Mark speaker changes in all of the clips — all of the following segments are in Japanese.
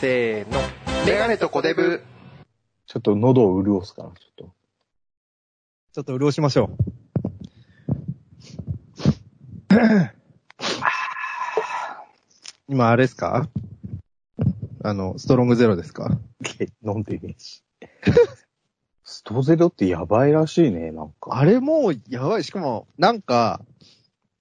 Speaker 1: せーの。メガネとコデブ。
Speaker 2: ちょっと喉を潤すから、ち ょっ
Speaker 3: ちょっと潤しましょう。 今あれですかあの、ストロングゼロですか
Speaker 2: と。飲んでねえし。ストゼロってやばいらしいね、なんか。
Speaker 3: あれもうやばい。しかも、なんか、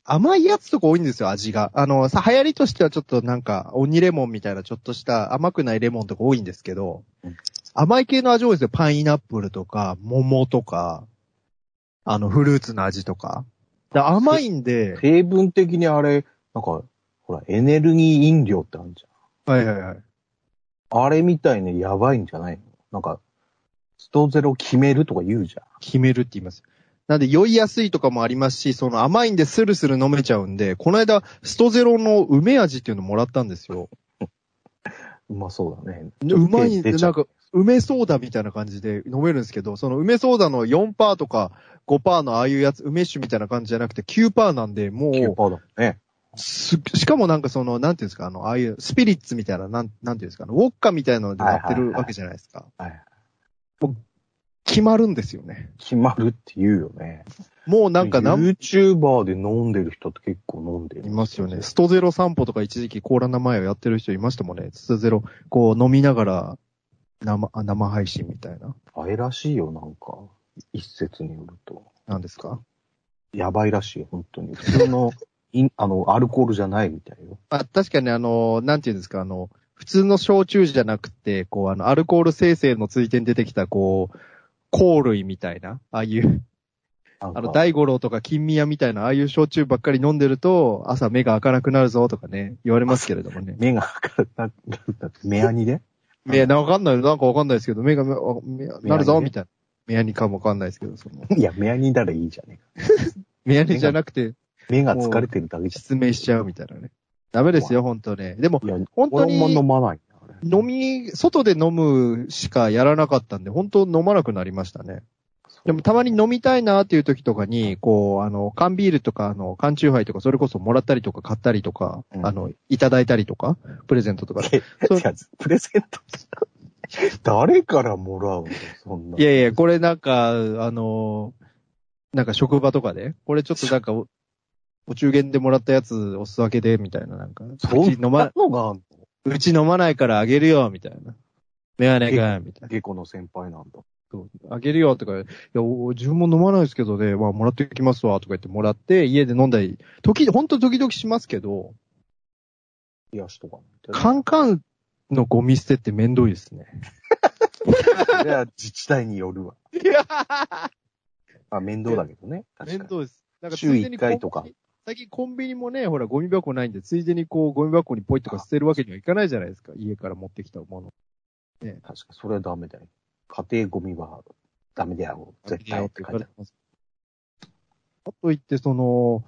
Speaker 3: 甘いやつとか多いんですよ、味が。あの、さ、流行りとしてはちょっとなんか、鬼レモンみたいなちょっとした甘くないレモンとか多いんですけど
Speaker 2: うん、
Speaker 3: 甘い系の味多いですよ。パイナップルとか、桃とか、あの、フルーツの味とか。で甘いんで、
Speaker 2: 成分的にあれ、なんか、ほら、エネルギー飲料ってあるじ
Speaker 3: はいはいはい。
Speaker 2: ゃん。あれみたいにやばいんじゃないのなんか、ストゼロ決めるとか言うじゃん。
Speaker 3: 決めるって言います。なんで酔いやすいとかもありますし、その甘いんでスルスル飲めちゃうんで、この間、ストゼロの梅味っていうのもらったんですよ。
Speaker 2: うまそうだね。
Speaker 3: うまいんで、
Speaker 2: 出ちゃ
Speaker 3: な
Speaker 2: うん
Speaker 3: か、梅ソーダみたいな感じで飲めるんですけど、その梅ソーダの4%とか5%のああいうやつ、梅酒みたいな感じじゃなくて9%なんで、も
Speaker 2: 9%
Speaker 3: う、
Speaker 2: だもんね。
Speaker 3: すしかもなんかその、なんていうんですか、あの、ああいうスピリッツみたいな、なん、なんていうんですか、あのウォッカみたいなのでやって
Speaker 2: はいはい
Speaker 3: る
Speaker 2: はい
Speaker 3: わけじゃないですか。
Speaker 2: はい。
Speaker 3: 決まるんですよね。
Speaker 2: 決まるって言うよね。
Speaker 3: もうなんか何
Speaker 2: YouTuber で飲んでる人って結構飲んでる。
Speaker 3: いますよね。ストゼロ散歩とか一時期コーラ生前をやってる人いましたもんね。ストゼロ、こう飲みながら生、あ生配信みたいな。
Speaker 2: あれらしいよ、なんか。一説によると。
Speaker 3: なんですか
Speaker 2: やばいらしいよ、本当に。普通の、 いあの、アルコールじゃないみたいよ。
Speaker 3: あ確かにあの、なんていうんですか、あの、普通の焼酎じゃなくて、こう、あの、アルコール生成のついてに出てきた、こう、香類みたいな、ああいう、
Speaker 2: なんか
Speaker 3: あの、大五郎とか金宮みたいな、ああいう焼酎ばっかり飲んでると、朝目が開かなくなるぞとかね、言われますけれどもね。
Speaker 2: 目が赤くなるんだって、目やにで
Speaker 3: いや、わかんない、なんかわかんないですけど、目が、あ目なる
Speaker 2: 目やにね
Speaker 3: ぞ、みたいな。目やにかもわかんないですけど、その。
Speaker 2: いや、目やにだらいいじゃね
Speaker 3: 目やにじゃなくて、
Speaker 2: えか。目が疲れてるだけじ
Speaker 3: 失明しちゃうみたいなね。ダメですよ、本当ね。でも、
Speaker 2: ゃん。いや、
Speaker 3: 本当に
Speaker 2: 俺も飲まないな。あれ
Speaker 3: 飲み、外で飲むしかやらなかったんで、本当飲まなくなりましたね。でも、たまに飲みたいなっていう時とかに、こう、あの、缶ビールとか、あの、缶チューハイとか、それこそもらったりとか買ったりとか、
Speaker 2: うん
Speaker 3: あの、いただいたりとか、プレゼントとかで。そう
Speaker 2: いや、プレゼント。誰からもらうのそんな。
Speaker 3: いやいや、これなんか、あの、なんか職場とかで、これちょっとなんかお、お中元でもらったやつお裾分けで、みたいな、なんか、
Speaker 2: そう
Speaker 3: うち飲ま、
Speaker 2: のがあんの
Speaker 3: うち飲まないからあげるよ、みたいな。メガネが、みたいな。
Speaker 2: 下校の先輩なんだ。
Speaker 3: あげるよ、とか、いや、お自分も飲まないですけどね、まあ、もらってきますわ、とか言ってもらって、家で飲んだり、時、ほんと時々しますけど、
Speaker 2: 冷やしとか。
Speaker 3: カンカンのゴミ捨てってめんどいですね。
Speaker 2: いや、自治体によるわ。あ、面倒だけどね。確
Speaker 3: 面
Speaker 2: かに。
Speaker 3: 倒です。なんか
Speaker 2: 週
Speaker 3: ついでに
Speaker 2: 一回とか
Speaker 3: コンビニ。最近コンビニもね、ほら、ゴミ箱ないんで、ついでにこう、ゴミ箱にポイとか捨てるわけにはいかないじゃないですか。家から持ってきたもの。
Speaker 2: 確かに、それはダメだよ。家庭ゴミはダメであろう。絶対って書いてある。
Speaker 3: あと言って、その、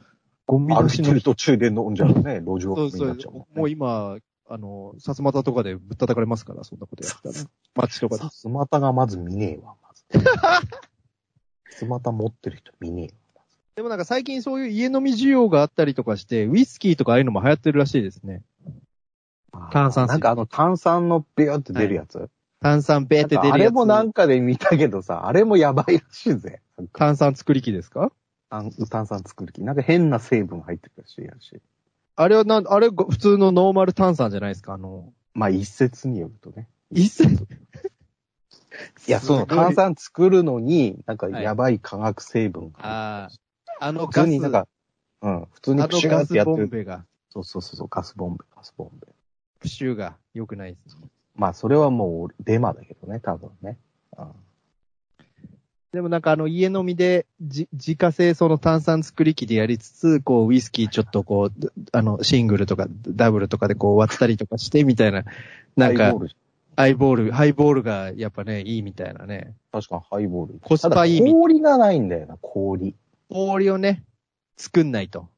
Speaker 3: ゴミ
Speaker 2: 歩
Speaker 3: 出
Speaker 2: い
Speaker 3: しての
Speaker 2: る途中で飲んじゃうね。路上
Speaker 3: そう
Speaker 2: に
Speaker 3: そ
Speaker 2: なっ
Speaker 3: う
Speaker 2: ちゃうもんね。。
Speaker 3: もう今、あの、さすまたとかでぶったたかれますから、そんなことやったら。街とかで
Speaker 2: さ。すまたがまず見ねえわ、まず。すまた持ってる人見ね
Speaker 3: でもなんか最近そういう家飲み需要があったりとかして、ウイスキーとかああいうのも流行ってるらしいですね。
Speaker 2: えわ。
Speaker 3: 炭酸水
Speaker 2: なんかあの炭酸のビューって出るやつ。
Speaker 3: 炭酸ベーって
Speaker 2: なん
Speaker 3: 出る
Speaker 2: かあ
Speaker 3: やつ。
Speaker 2: れもなんかで見たけどさ、あれもやばいらしいぜ。なんか
Speaker 3: 炭酸作り機ですか
Speaker 2: 炭炭酸作る気。なんか変な成分入ってるらしいやし。
Speaker 3: あれはなん、あれご普通のノーマル炭酸じゃないですかあの、
Speaker 2: まあ一説によるとね。
Speaker 3: 一切。
Speaker 2: いや、その炭酸作るのに、なんかやばい化学成分が
Speaker 3: ああ、あの
Speaker 2: 普通
Speaker 3: ガス、
Speaker 2: になん
Speaker 3: あ
Speaker 2: か、うん、普通に
Speaker 3: の
Speaker 2: プシュー
Speaker 3: ガ
Speaker 2: っ
Speaker 3: ス
Speaker 2: てやって
Speaker 3: ボン
Speaker 2: る。
Speaker 3: ベが、
Speaker 2: そうそうそうそう、ガスボンベ、ガスボンベ。
Speaker 3: プシューが良くないです。
Speaker 2: まあ、それはもうデマだけどね、多分ね。うん
Speaker 3: でもなんかあの家飲みで、じ、自家製その炭酸作り機でやりつつ、こうウイスキーちょっとこう、あのシングルとかダブルとかでこう割ったりとかしてみたいな、なん
Speaker 2: ハイ
Speaker 3: か
Speaker 2: ボール
Speaker 3: ハイボール、ハイボールがやっぱね、いいみたいなね。
Speaker 2: 確かにハイボール。
Speaker 3: コスパいい
Speaker 2: ただ
Speaker 3: み
Speaker 2: 氷がないんだよな、氷。
Speaker 3: 氷をね、作んないと。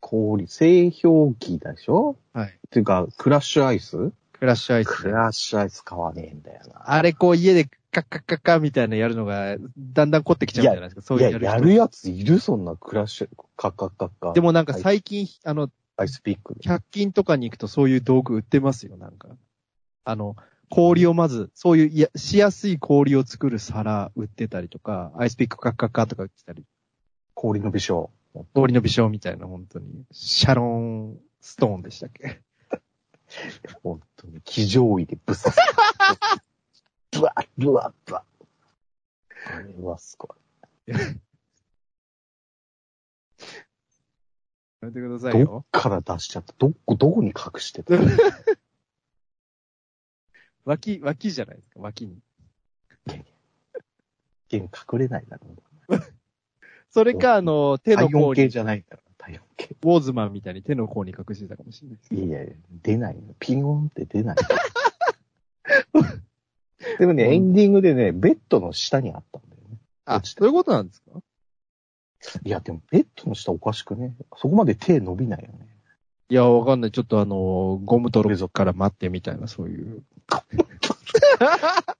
Speaker 2: 氷。製氷機だでしょ
Speaker 3: はい。
Speaker 2: っていうか、クラッシュアイス
Speaker 3: クラッシュアイス
Speaker 2: ク
Speaker 3: で。
Speaker 2: ラッシュアイス買わねえんだよな。
Speaker 3: あれこう家でカッカッカッカみたいなやるのが、だんだん凝ってきちゃうんじゃないですか。そう
Speaker 2: い
Speaker 3: いう
Speaker 2: や、
Speaker 3: やる人
Speaker 2: やるやついるそんなクラッシュ、カッカッカッカ。
Speaker 3: でもなんか
Speaker 2: はい
Speaker 3: 最近、あの、
Speaker 2: アイスピックで。
Speaker 3: 100均とかに行くとそういう道具売ってますよ、なんか。あの、氷をまず、そういういや、しやすい氷を作る皿売ってたりとか、アイスピックカッカッカとか売ってたり、
Speaker 2: 氷の微笑。
Speaker 3: 氷の微笑みたいな、本当に。シャロンストーンでしたっけ
Speaker 2: 本当に、気上位でぶっ刺す。ぶわ、ぶわ、ぶわ。これはすご
Speaker 3: やめてください
Speaker 2: い。どっ
Speaker 3: よ。
Speaker 2: から出しちゃった。どっこ、どこに隠してた
Speaker 3: 脇、脇じゃないですか、脇に。
Speaker 2: 一見隠れないだろう。
Speaker 3: それか、あの、手の
Speaker 2: 体温
Speaker 3: 甲に、
Speaker 2: 計
Speaker 3: ウ
Speaker 2: じゃないんだろう。体温計。
Speaker 3: ォーズマンみたいに手の甲に隠してたかもしれないです。
Speaker 2: いやいや、出ないの。ピンオンって出ない。 でもね、エンディングでね、ベッドの下にあったんだよね。
Speaker 3: あ、そういうことなんですか
Speaker 2: いや、でもベッドの下おかしくね。そこまで手伸びないよね。
Speaker 3: いや、わかんない。ちょっとあの、ゴムトロゾから待ってみたいな、そういう。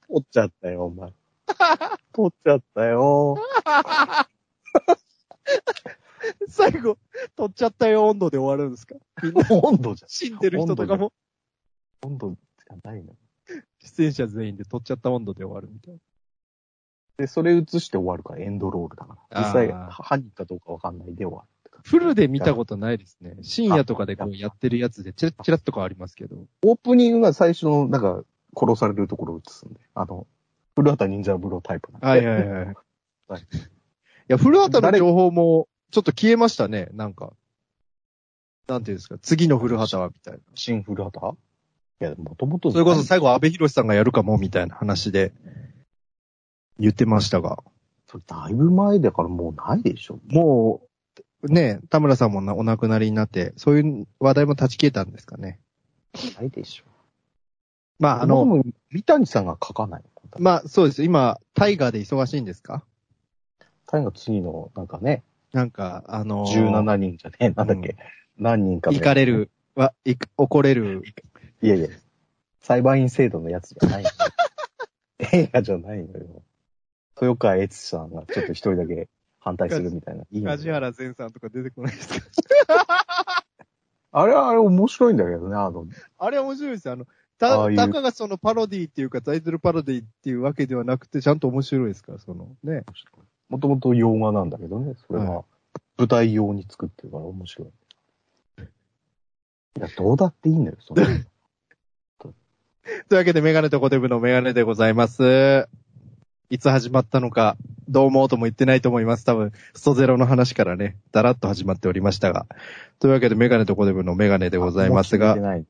Speaker 2: 取っちゃったよ、お前。 取っちゃったよ。
Speaker 3: 最後、取っちゃったよ温度で終わるんですか
Speaker 2: 温度じゃ、
Speaker 3: 死んでる人とかも、
Speaker 2: 温度じゃないの。
Speaker 3: 出演者全員で取っちゃった温度で終わるみたいな。
Speaker 2: で、それ映して終わるから、エンドロールだから。実際、
Speaker 3: あー
Speaker 2: 犯人かどうかわかんないで終わるって感じ。
Speaker 3: フルで見たことないですね。深夜とかでこうやってるやつで、チラッチラッとかありますけど。
Speaker 2: オープニングが最初の、なんか、殺されるところを映すんで。あの、古畑忍者ブロータイプなんで。
Speaker 3: はいはいはい。い
Speaker 2: はい
Speaker 3: や、古畑の情報も、ちょっと消えましたね、なんか。なんていうんですか、次の古畑は、みたいな。
Speaker 2: 新古畑いや、もともと。
Speaker 3: それこそ最後、安倍博さんがやるかも、みたいな話で、言ってましたが。
Speaker 2: それだいぶ前だからもうないでしょ。
Speaker 3: もう、ね、田村さんもなお亡くなりになって、そういう話題も断ち切れたんですかね。
Speaker 2: ないでしょ。
Speaker 3: まあ、あの、、
Speaker 2: 三谷さんが書かないの。ま、
Speaker 3: まあ、そうです。今、タイガーで忙しいんですか
Speaker 2: 谷が次の、なんかね、
Speaker 3: なんか、あのー、
Speaker 2: 17人じゃねえ、なんだっけ、何人かの
Speaker 3: 行かれる、わ、いく怒れる。
Speaker 2: いやいや、裁判員制度のやつじゃないの よ。映画じゃないのよ。豊川悦司さんがちょっと一人だけ反対するみたい な。いいのよ
Speaker 3: 原善さんとか出てこないですか
Speaker 2: あれはあれ面白いんだけどね、あの、
Speaker 3: あれ面白いですよ。あの、
Speaker 2: ああい
Speaker 3: た、
Speaker 2: う
Speaker 3: たかがそのパロディっていうか、タイトルパロディっていうわけではなくて、ちゃんと面白いですから、その、ね。
Speaker 2: もともと洋画なんだけどね、それ
Speaker 3: は
Speaker 2: は舞台用に作ってるから面白い。いや、どうだっていいんだよ、それ。
Speaker 3: というわけで、メガネとコテブのメガネでございます。いつ始まったのか、どうもとも言ってないと思います。多分、ストゼロの話からね、だらっと始まっておりましたが。というわけで、メガネとコテブのメガネ でございます
Speaker 2: もう聞いて
Speaker 3: が、
Speaker 2: ない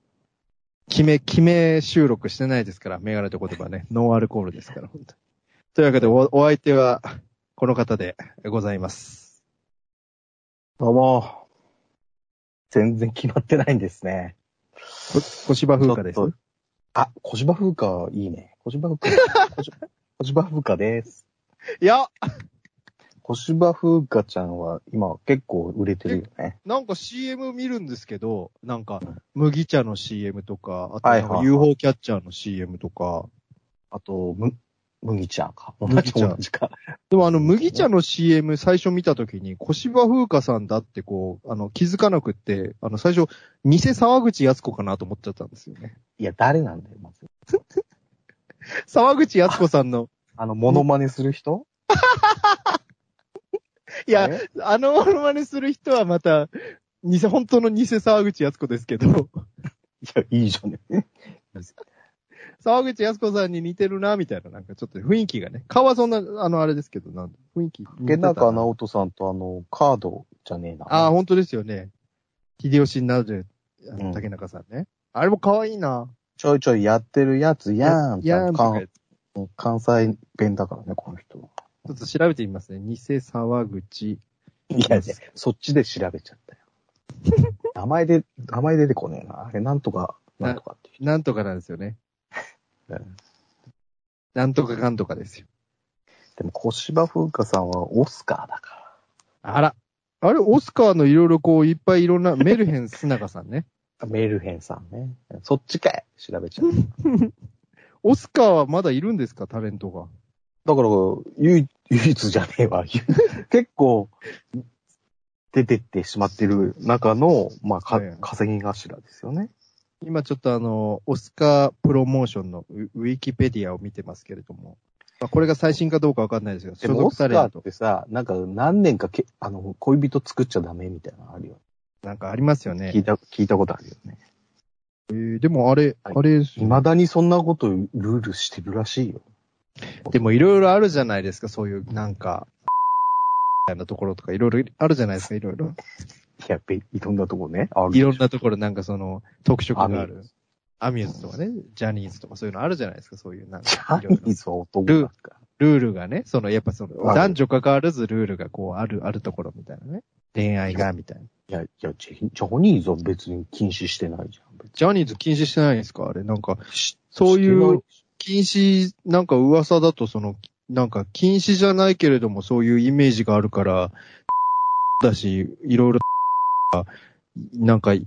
Speaker 3: 決め、決め収録してないですから、メガネとコテブはね、ノンアルコールですから、本当に。というわけで、お、お相手は、この方でございます。
Speaker 2: どうも。全然決まってないんですね。
Speaker 3: こ小芝風花です
Speaker 2: ちょ。っとあ、小芝風花いいね。小芝風花。小芝小芝風花です。
Speaker 3: いや、
Speaker 2: 小芝風花ちゃんは今結構売れてるよね。
Speaker 3: なんか CM 見るんですけど、なんか、麦茶の CM とか、あと
Speaker 2: は
Speaker 3: ない
Speaker 2: はい
Speaker 3: んか
Speaker 2: はい
Speaker 3: UFO キャッチャーの CM とか、
Speaker 2: あと、む、麦茶か。同
Speaker 3: 麦
Speaker 2: じ
Speaker 3: 茶
Speaker 2: 同じか。
Speaker 3: でもあの、麦茶の CM 最初見たときに、小芝風花さんだってこう、あの、気づかなくって、あの、最初、偽沢口康子かなと思っちゃったんですよね。
Speaker 2: いや、誰なんだよ、まず。
Speaker 3: 沢口康子さんの、
Speaker 2: あの、モノマネする人
Speaker 3: い
Speaker 2: い
Speaker 3: や、、あのモノマネする人はまた、偽、本当の偽沢口康子ですけど、
Speaker 2: いや、いいじゃね。
Speaker 3: 沢口康子さんに似てるな、みたいな、なんかちょっと雰囲気がね。顔はそんな、あの、あれですけど、なん雰囲気似てたな。
Speaker 2: 竹中直人さんとあの、カードじゃねえな。
Speaker 3: ああ、本当ですよね。秀吉になる、あ
Speaker 2: う
Speaker 3: の
Speaker 2: ん
Speaker 3: 竹中さんね。あれも可愛いな。
Speaker 2: ちょいちょいやってるやつやん。
Speaker 3: やんとか
Speaker 2: 関関西弁だからね、この人。
Speaker 3: ちょっと調べてみますね。偽沢口。
Speaker 2: いやいや、そっちで調べちゃ ったよ。名前で、名前出てこねえな。あれ、なんとか、なんとかっていう
Speaker 3: なんとかなんですよね。
Speaker 2: 人。
Speaker 3: なんとかかんとかですよ。
Speaker 2: でも、小芝風花さんはオスカーだか
Speaker 3: あら。あれ、オスカーのいろいろこう、いっぱいいろんな、メルヘン・スナガさんね。
Speaker 2: ら。メルヘンさんね。そっちかい調べちゃう。
Speaker 3: オスカーはまだいるんですかタレントが。
Speaker 2: だから、唯一、唯一じゃねえわ。 結構、出てってしまってる中の、まあ、か
Speaker 3: ええ
Speaker 2: 稼ぎ頭ですよね。
Speaker 3: 今ちょっとあの、オスカープロモーションのウウィキペディアを見てますけれども、まあ、これが最新かどうかわかんないですけど、
Speaker 2: で
Speaker 3: 所
Speaker 2: も、オ
Speaker 3: 属
Speaker 2: ス
Speaker 3: さ
Speaker 2: カ
Speaker 3: れ
Speaker 2: ー
Speaker 3: る
Speaker 2: っ
Speaker 3: と、
Speaker 2: てさ、なんか何年かけ、あの、恋人作っちゃダメみたいなのあるよ。
Speaker 3: なんかありますよね
Speaker 2: 聞。いた、聞いたことあるよね。
Speaker 3: えーでもあれ、
Speaker 2: はい
Speaker 3: あれですよ、
Speaker 2: 未だにそんなことルールしてるらしいよ。
Speaker 3: でもいろいろあるじゃないですか、そういうなんか、みたいなところとかいろいろあるじゃないですか、いろいろ。
Speaker 2: やっべ、いろんなとこね。あるで
Speaker 3: い
Speaker 2: しょ
Speaker 3: ろんなところなんかその、特色があ
Speaker 2: アミュー
Speaker 3: る。アミューズとかね、ジャニーズとかそういうのあるじゃないですか、そういうなん
Speaker 2: ジ
Speaker 3: か。
Speaker 2: ャ
Speaker 3: いろい
Speaker 2: ニ
Speaker 3: ろ
Speaker 2: ーズは男だから。
Speaker 3: ルールがね、その、やっぱそ
Speaker 2: あ
Speaker 3: の、
Speaker 2: る
Speaker 3: 男女関わらずルールがこう、ある、あるところみたいなね。恋愛が、みたいな。
Speaker 2: いや、いや、ジャジャニーズは別に禁止してないじゃん。別
Speaker 3: ジャニーズ禁止してないんですかあれ、なんか、
Speaker 2: に
Speaker 3: そうい
Speaker 2: してな
Speaker 3: う禁止、なんか噂だとその、なんか禁止じゃないけれども、そういうイメージがあるから、だし、いろいろ、なんか、い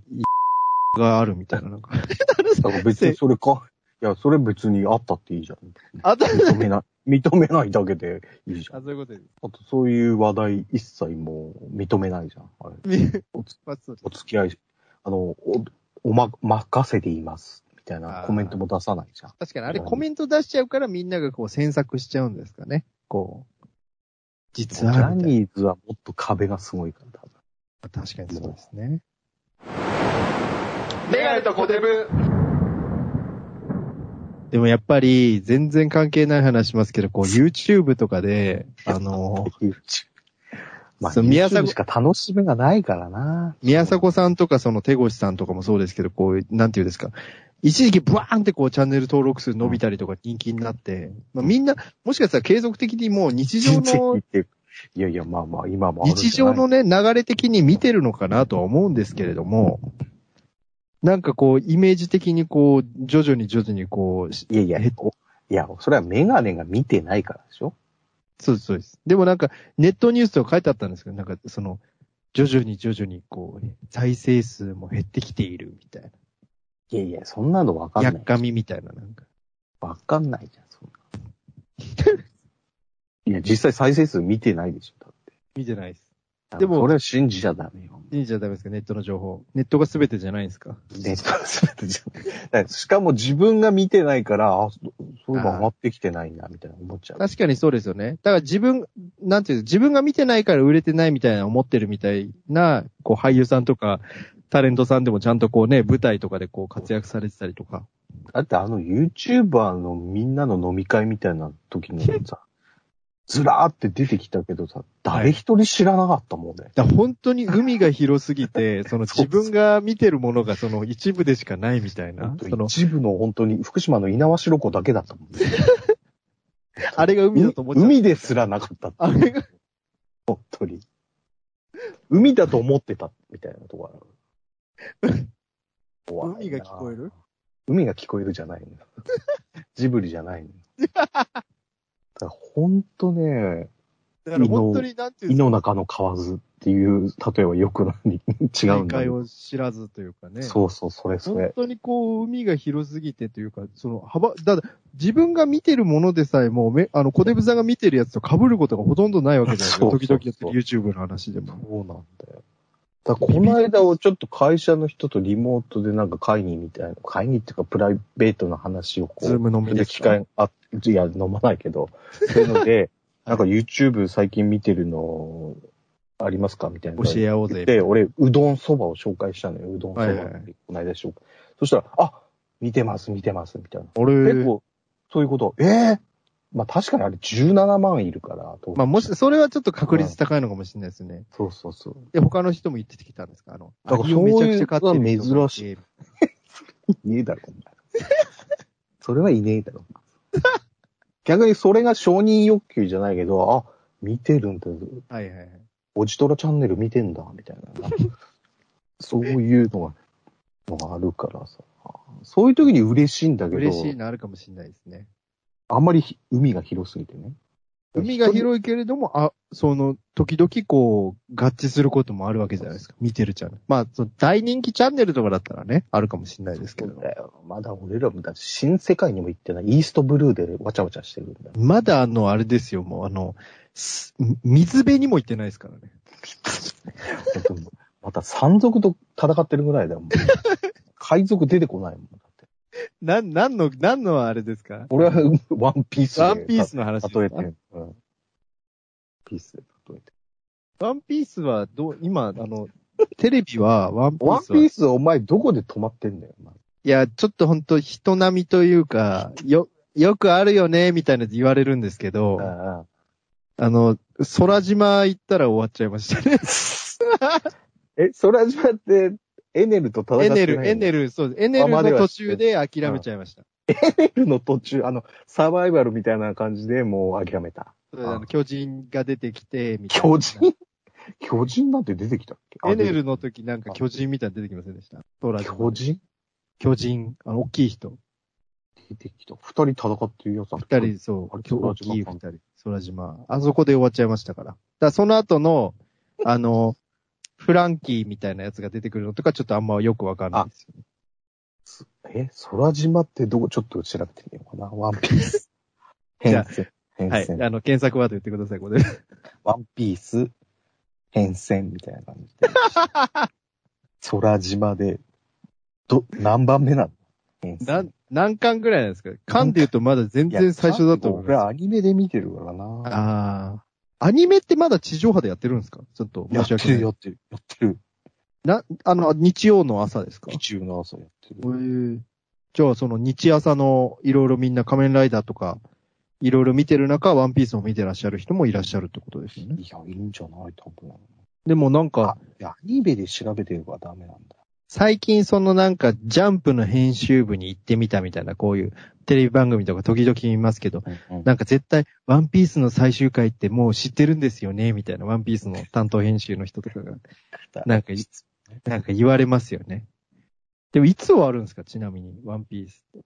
Speaker 3: があるみたいな、なんか。
Speaker 2: だから別にそれか。いや、それ別にあったっていいじゃん。
Speaker 3: あた
Speaker 2: 認め ない、認めないだけでいいじゃん。
Speaker 3: そういうことです。
Speaker 2: あとそういう話題一切もう認めないじゃん。あれ
Speaker 3: まあそう
Speaker 2: お付き合い、あの、お、おま、任せています。みたいなコメントも出さないじゃん。
Speaker 3: 確かに、あれコメント出しちゃうからみんながこう、詮索しちゃうんですかね。こう。
Speaker 2: ジ
Speaker 3: 実は
Speaker 2: ャ
Speaker 3: みたいな、
Speaker 2: ニーズはもっと壁がすごいから、多分。
Speaker 3: 確かにそうですね。
Speaker 1: メガネとコデブ。
Speaker 3: でもやっぱり、全然関係ない話しますけど、 こう、YouTube とかで、あの、
Speaker 2: まあ、
Speaker 3: そう
Speaker 2: 宮
Speaker 3: 宮迫
Speaker 2: 迫しか楽しみがないからな。
Speaker 3: 宮迫さんとか、その手越さんとかもそうですけど、こう、なんていうんですか。一時期ブワーンってこうチャンネル登録数伸びたりとか人気になって、まあ、みんな、もしかしたら継続的にもう日常の、
Speaker 2: いやいや、まあまあ、今もあるんじ
Speaker 3: 日
Speaker 2: ゃな
Speaker 3: 常
Speaker 2: い
Speaker 3: のね、流れ的に見てるのかなとは思うんですけれども、なんかこう、イメージ的にこう、徐々に徐々にこう、し
Speaker 2: いやいや
Speaker 3: え、
Speaker 2: おいや、それはメガネが見てないからでしょ
Speaker 3: そうです、そうです。でもなんか、ネットニュースとか書いてあったんですけど、なんか、その、徐々に徐々にこう、再生数も減ってきているみたい
Speaker 2: いやいや、そんなのわか
Speaker 3: な。
Speaker 2: んな
Speaker 3: や
Speaker 2: い
Speaker 3: っ。かみみたいな、なんか。
Speaker 2: わかんないじゃん、そん な。いや、実際再生数見てないでしょ、だって
Speaker 3: 見てないです。。
Speaker 2: で
Speaker 3: で
Speaker 2: も、
Speaker 3: も
Speaker 2: それは信じちゃダメよ。
Speaker 3: いいじゃダメですか、ネットの情報。ネットが全てじゃないんですか。
Speaker 2: ネットの全てじゃだからしかも自分が見てないから、あ、そそういえば上がってきてないな、みたいな思っちゃう。
Speaker 3: 確かにそうですよね。だから自分、なんていうの自分が見てないから売れてないみたいな思ってるみたいな、こう俳優さんとか、タレントさんでもちゃんとこうね、舞台とかでこう活躍されてたりとか。
Speaker 2: だってあの YouTuber のみんなの飲み会みたいな時にさ、ずらーって出てきたけどさ、誰一人知らなかったもんね。
Speaker 3: だから本当に海が広すぎて、 その
Speaker 2: そう
Speaker 3: 自分が見てるものがその一部でしかないみたいな。その、
Speaker 2: 一部の本当に福島の稲葉白子だけだったもんね。
Speaker 3: あれが海だと思っちゃう。
Speaker 2: 海ですらなかったって
Speaker 3: あれが、
Speaker 2: 本当に。海だと思ってた、みたいなとこあ る。怖い
Speaker 3: 海
Speaker 2: な
Speaker 3: が聞こえる
Speaker 2: 海が聞こえるじゃないの。ジブリじゃないの。だから本当ね、
Speaker 3: だから本当になんていうん
Speaker 2: 井
Speaker 3: ですか
Speaker 2: の中の蛙っていう、例えばよくない、違うん
Speaker 3: 正
Speaker 2: だ
Speaker 3: 解
Speaker 2: よ、
Speaker 3: を知らずというかね。
Speaker 2: そうそう、それそ
Speaker 3: 本
Speaker 2: れ。
Speaker 3: 当にこう、海が広すぎてというか、その幅、だって自分が見てるものでさえも、めあの、小出ブさんが見てるやつと被ることがほとんどないわけじゃないですか。
Speaker 2: そうそう
Speaker 3: 時
Speaker 2: そう
Speaker 3: 々やってる YouTube の話でも。
Speaker 2: そうなんだよ。だからこの間をちょっと会社の人とリモートでなんか会議みたいな、会議っていうかプライベートな話をこ
Speaker 3: ズー
Speaker 2: う、
Speaker 3: ムのみです
Speaker 2: 機
Speaker 3: か
Speaker 2: 会あ、いや、飲まないけど、そういうの で、なんか YouTube 最近見てるのありますかみたいな。
Speaker 3: 教え合おうぜ。
Speaker 2: で、俺、うどんそばを紹介したのよ。うどんそば。
Speaker 3: はいはいはい
Speaker 2: この間紹介。そしたら、あ見てます、見てます、みたいな。
Speaker 3: 俺、
Speaker 2: 結構、そういうこと、ええまあ確かにあれ17万いるから、と
Speaker 3: まあもし、それはちょっと確率高いのかもしれないですね。
Speaker 2: そうそうそう。
Speaker 3: で、他の人も言ってきたんですかあの、
Speaker 2: だから
Speaker 3: アリをめちゃくちゃ飼ってる人がいて
Speaker 2: そういねえだろ、お前 それはいねえだろ。逆にそれが承認欲求じゃないけど、あ、見てるんだ、
Speaker 3: はいはいはい。
Speaker 2: おじとらチャンネル見てんだ、みたいな。 そういうのが、のがあるからさ。そういう時に嬉しいんだけど、
Speaker 3: 嬉しいのあるかもしれないですね。
Speaker 2: あんまりひ海が広すぎてね。
Speaker 3: 海が広いけれども、あ、その、時々こう、合致することもあるわけじゃないですか。見てるチャンネル。まあ、その大人気チャンネルとかだったらね、あるかもしれないですけ
Speaker 2: そう
Speaker 3: ど。
Speaker 2: だよ。まだ俺らもだ、新世界にも行ってない。イーストブルーでわちゃわちゃしてるんだよ。
Speaker 3: まだあの、あれですよ、もうあの、す水辺にも行ってないですからね。
Speaker 2: 本当にまた山賊と戦ってるぐらいだよ。もう海賊出てこないもん。だって
Speaker 3: なん、なんの、なんのあれですか
Speaker 2: 俺はうんワンピースで
Speaker 3: ワンピースの話ですか
Speaker 2: 例えてる。うん。ピースで例えてる。
Speaker 3: ワンピースはどう、今、あの、テレビはワンピ
Speaker 2: ワン
Speaker 3: ー
Speaker 2: ピ
Speaker 3: スは、
Speaker 2: ー
Speaker 3: い
Speaker 2: スお前どこで止まってんだよ、お前
Speaker 3: や、ちょっと本当人並みというか、よ、よくあるよね、みたいなの言われるんですけど、
Speaker 2: ああ
Speaker 3: あの、空島行ったら終わっちゃいまし たね。
Speaker 2: え、空島って、エネルと戦って
Speaker 3: エ
Speaker 2: ない
Speaker 3: ネル、エネ
Speaker 2: ル。
Speaker 3: ル、そうです。エネルの途中で諦めちゃいました。
Speaker 2: エネルの途中、あの、サバイバルみたいな感じでもう諦めた。
Speaker 3: それであの巨人が出てきて、みたいな。
Speaker 2: 巨人 巨人なんて出てきたっけあ
Speaker 3: エネルの時なんか巨人みたいなの出てきませんでした。空
Speaker 2: 出てき
Speaker 3: 島
Speaker 2: た巨人
Speaker 3: 巨人、あの、大きい人。
Speaker 2: 出てきた。二人戦ってるやつだっ
Speaker 3: 二
Speaker 2: た
Speaker 3: 人、そ
Speaker 2: あれ
Speaker 3: う、今日大
Speaker 2: 空島
Speaker 3: きい二人、空島。あそこで終わっちゃいましたから。だからその後の、あの、フランキーみたいなやつが出てくるのとか、ちょっとあんまよくわかんないですよ
Speaker 2: え、
Speaker 3: ね。
Speaker 2: 空島ってどこ、ちょっと調べてみようかな。ワンピース。
Speaker 3: じゃあ
Speaker 2: 変遷。変
Speaker 3: はい。
Speaker 2: 遷。
Speaker 3: あの、検索ワード言ってください、こ こで。
Speaker 2: ワンピース、変遷みたいな感 じで。空島で、ど、何番目なの変遷
Speaker 3: なん、何巻ぐらいなんですか巻で言うとまだ全然最初だと思い
Speaker 2: いやちゃん
Speaker 3: ま
Speaker 2: 俺アニメで見てるからな。
Speaker 3: す。ああ。アニメってまだ地上波でやってるんですかちょっと
Speaker 2: や
Speaker 3: 申
Speaker 2: っ
Speaker 3: して訳ない。
Speaker 2: る、やってる、やってる。
Speaker 3: な、あの、日曜の朝ですか
Speaker 2: 宇宙の朝やってる。
Speaker 3: ええじゃあ、その日朝のいろいろみんな仮面ライダーとか、いろいろ見てる中、ワンピースを見てらっしゃる人もいらっしゃるってことですよね。
Speaker 2: いや、いるんじゃない多分。
Speaker 3: でもなん
Speaker 2: あ
Speaker 3: か、、
Speaker 2: いや、アニメで調べてるからダメなんだ。
Speaker 3: 最近そのなんか、ジャンプの編集部に行ってみたみたいな、こういうテレビ番組とか時々見ますけど、
Speaker 2: うん
Speaker 3: なんか絶対、ワンピースの最終回ってもう知ってるんですよね、みたいな、ワンピースの担当編集の人とかが、なんかいなんか言われますよね。でも、いつ終わるんですかちなみに、ワンピースって。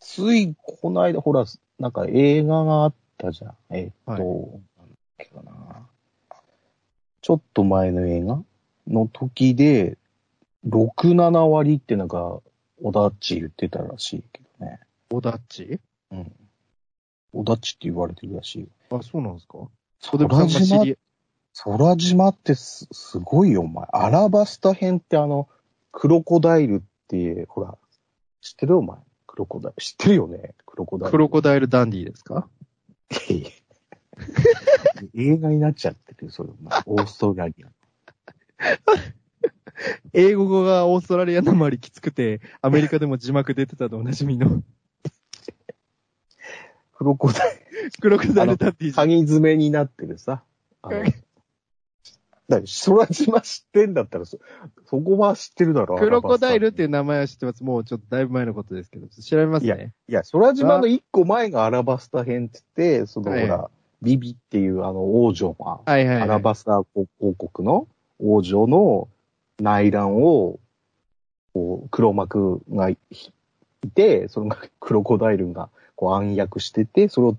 Speaker 2: つい、この間、ほら、なんか映画があったじゃん。えっと、
Speaker 3: は
Speaker 2: な
Speaker 3: い
Speaker 2: んだっけかな。ちょっと前の映画の時で、6、7割ってなんか、小田っち言ってたらしいけどね。
Speaker 3: オダッチ
Speaker 2: うん。小田っちって言われてるらしいよ。
Speaker 3: あ、そうなんですか小
Speaker 2: 空
Speaker 3: 出さんが
Speaker 2: 島
Speaker 3: 知り、
Speaker 2: 空島ってす、すごいよ、お前。アラバスタ編ってあの、クロコダイルって、ほら、知ってるお前。クロコダイル。知ってるよねクロコダイル。
Speaker 3: クロコダイルダンディですか
Speaker 2: いや映画になっちゃってるよ、それ。お前オーストラリア。
Speaker 3: 英語がオーストラリアなまりきつくて、アメリカでも字幕出てたとおなじみ の
Speaker 2: クロコダイ
Speaker 3: クロコダイルダン
Speaker 2: ル。
Speaker 3: ディじゃん。
Speaker 2: 鍵爪になってるさ。あの、だから空島知ってんだったらそ、そこは知ってるだろ。
Speaker 3: クロコダイルってい
Speaker 2: ア
Speaker 3: う名前は知ってます。もうちょっとだいぶ前のことですけど、調べますね。
Speaker 2: ラバスタ。いや、空島の一個前がアラバスタ編って言って、そのほら、
Speaker 3: は
Speaker 2: ビビっていうあの王女が、
Speaker 3: はいはい、はい。
Speaker 2: アラバスタ王国の王女の内乱を、こう、黒幕がいて、そのクロコダイルがこう暗躍してて、それを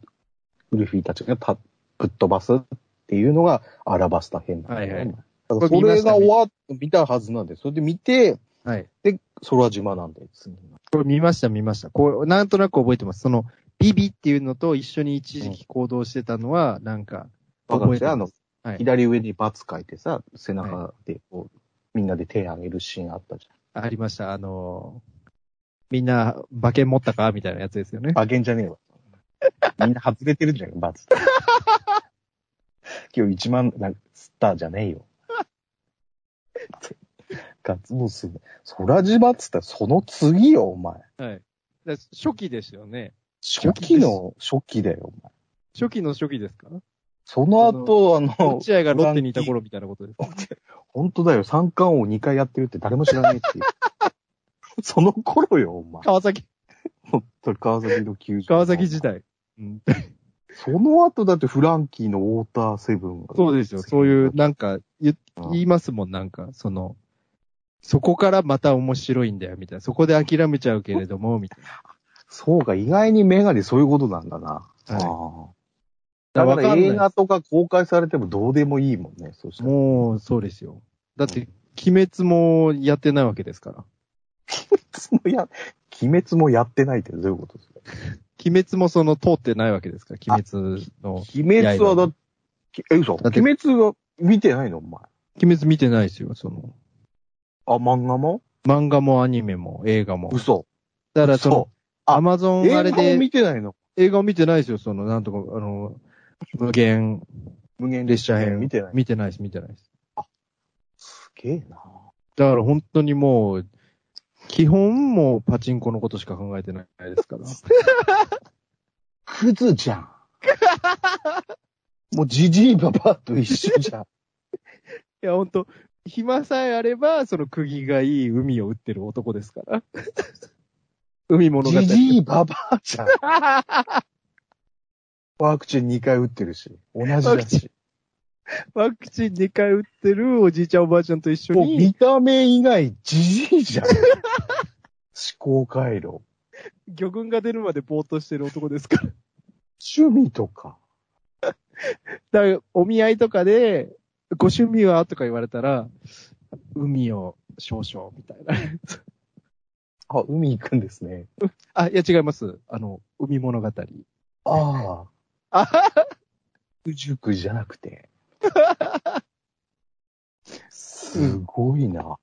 Speaker 2: ウルフィたちがたぶっ飛ばすっていうのがアラバスタ編なんだよね
Speaker 3: はいはい
Speaker 2: だ
Speaker 3: こ
Speaker 2: から
Speaker 3: れ見
Speaker 2: そ
Speaker 3: ま
Speaker 2: れ
Speaker 3: した
Speaker 2: が終わっ見たはずなんで、それで見て、
Speaker 3: はい。
Speaker 2: で、空島なんだよ、次が
Speaker 3: これ見ました見ました。こう、なんとなく覚えてます。その、ビビっていうのと一緒に一時期行動してたのは、なんか、
Speaker 2: わかる
Speaker 3: 覚えてます
Speaker 2: あの、
Speaker 3: はい
Speaker 2: 左上にバツ書いてさ、背中でこう、みんなで手あげるシーンあったじ
Speaker 3: ありました。あのーみんな、馬券持ったかみたいなやつですよね。
Speaker 2: 馬券じゃねえわ。みんな外れてるじゃん、バツ。今日一万、なんか、スターじゃねえよ。ガッツボス。空島っつったらその次よ、お前。
Speaker 3: はい。だ初期ですよね。
Speaker 2: 初期の、初期だよ、お前。
Speaker 3: 初期の初期ですか
Speaker 2: その後、あの、
Speaker 3: 落合がロッテにいた頃みたいなことです。
Speaker 2: 本当だよ、三冠王2回やってるって誰も知らないっていう。 その頃よ、お前。
Speaker 3: 川崎、
Speaker 2: 本当に川崎の球場。
Speaker 3: 川崎時。代。うん、
Speaker 2: その後だってフランキーのウォーターセブンが
Speaker 3: そうですよ。そういう、なんか、言、
Speaker 2: うん
Speaker 3: 言いますもん、なんか、その、そこからまた面白いんだよ、みたいな。そこで諦めちゃうけれども、みたいな。
Speaker 2: そうか、意外にメガネそういうことなんだな。
Speaker 3: はい
Speaker 2: ああだ
Speaker 3: わ
Speaker 2: から
Speaker 3: んない
Speaker 2: 映画とか公開されてもどうでもいいもんね。そしたら
Speaker 3: もう、そうですよ。だって、鬼滅もやってないわけですから。
Speaker 2: 鬼滅もや、鬼滅もやってないってどういうことですか
Speaker 3: 鬼滅もその、通ってないわけですから、鬼滅の。
Speaker 2: 鬼滅はだ
Speaker 3: 刃
Speaker 2: って、え、嘘
Speaker 3: だっ
Speaker 2: 鬼
Speaker 3: て
Speaker 2: 滅は見てないのお前。
Speaker 3: 鬼滅見てないですよ、その。
Speaker 2: あ、漫画も
Speaker 3: 漫画もアニメも映画も。
Speaker 2: 嘘。
Speaker 3: だからその、
Speaker 2: あ
Speaker 3: アマゾンあれ
Speaker 2: 映画を
Speaker 3: で
Speaker 2: 見てないの
Speaker 3: 映画を見てないですよ、その、なんとか、あの、無限
Speaker 2: 無限
Speaker 3: 列車編。
Speaker 2: 見てない。
Speaker 3: 見てないです、見てないです。
Speaker 2: すげえな。
Speaker 3: だから本当にもう、基本もうパチンコのことしか考えて ないですから。
Speaker 2: クズじゃん。 もうジジイババアと一緒じゃん。
Speaker 3: いや、ほんと、暇さえあれば、その釘がいい海を打ってる男です から。海物語。
Speaker 2: ジジイババアじゃん。 ワクチン2回打ってるし、同じ
Speaker 3: ワ
Speaker 2: だ
Speaker 3: クチ
Speaker 2: し。
Speaker 3: ワクチン2回打ってるおじいちゃんおばあちゃんと一緒
Speaker 2: もう
Speaker 3: に、
Speaker 2: 見た目以外ジジイじゃん。思考回路。
Speaker 3: 魚群が出るまでぼーっとしてる男ですから。
Speaker 2: 趣味とか。
Speaker 3: だから、お見合いとかで、ご趣味はとか言われたら、海を少々、みたいな。
Speaker 2: あ、海行くんですね。
Speaker 3: あ、いや違います。あの、海物語。
Speaker 2: あ
Speaker 3: あはは
Speaker 2: あ、塾じゃなくて。すごいな。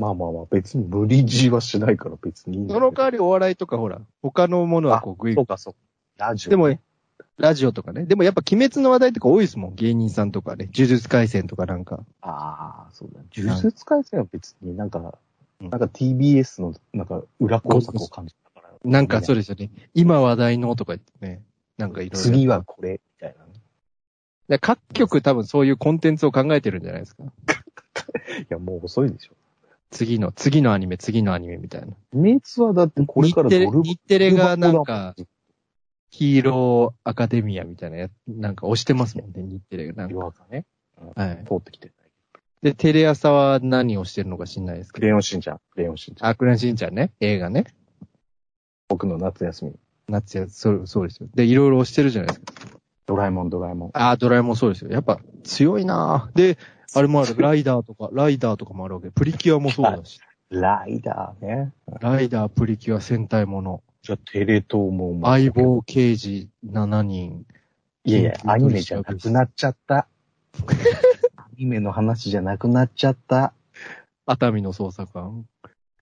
Speaker 2: まあまあまあ、別に無理強いはしないから別にいいんだ
Speaker 3: そ
Speaker 2: け
Speaker 3: の
Speaker 2: ど。
Speaker 3: 代わりお笑いとかほら、他のものはこうグイグ
Speaker 2: そ
Speaker 3: イ
Speaker 2: うかそうか。ラジオ。
Speaker 3: でも、ラジオとかね。でもやっぱ鬼滅の話題とか多いですもん。芸人さんとかね。呪術回戦とかなんか。
Speaker 2: ああ、そうだ。呪術改戦は別になんか、
Speaker 3: うん
Speaker 2: なんか TBS のなんか裏工作を感じたから。
Speaker 3: なんかそう
Speaker 2: れ、
Speaker 3: ですよね。今話題のとか言ってね。なんかいろいろ。
Speaker 2: 次はこれ、みたいなね。
Speaker 3: で各局多分そういうコンテンツを考えてるんじゃないですか。
Speaker 2: いや、もう遅いでしょ。
Speaker 3: 次の、次のアニメ、次のアニメみたいな。
Speaker 2: メイツはだってこれから
Speaker 3: 日テレ
Speaker 2: ドル
Speaker 3: 日テレがなんか、ヒーローアカデミアみたいなや、なんか押してますもんね、日テレが。なんか
Speaker 2: 弱がね、
Speaker 3: はい。
Speaker 2: 通ってきてない。
Speaker 3: で、テレ朝は何をしてるのか知んないです
Speaker 2: ク
Speaker 3: け
Speaker 2: レ
Speaker 3: ど。
Speaker 2: ヨンしんちゃん、クレヨンしんちゃん。
Speaker 3: あ、クレヨンしんちゃんね。映画ね。
Speaker 2: 僕の夏休み。
Speaker 3: 夏や、そう、そうですよ。で、いろいろ押してるじゃないですか。
Speaker 2: ドラえもん、ドラえもん。
Speaker 3: ああ、ドラえもんそうですよ。やっぱ強いなぁで、あれもある。ライダーとか、ライダーとかもあるわけ。プリキュアもそうだし。
Speaker 2: ライダーね。
Speaker 3: ライダー、プリキュア、戦隊もの。
Speaker 2: じゃあ、テレ東も。
Speaker 3: 相。棒、刑事、7人。
Speaker 2: いやいや、アニメじゃなくなっちゃった。アニメの話じゃなくなっちゃった。
Speaker 3: 熱海の捜査官。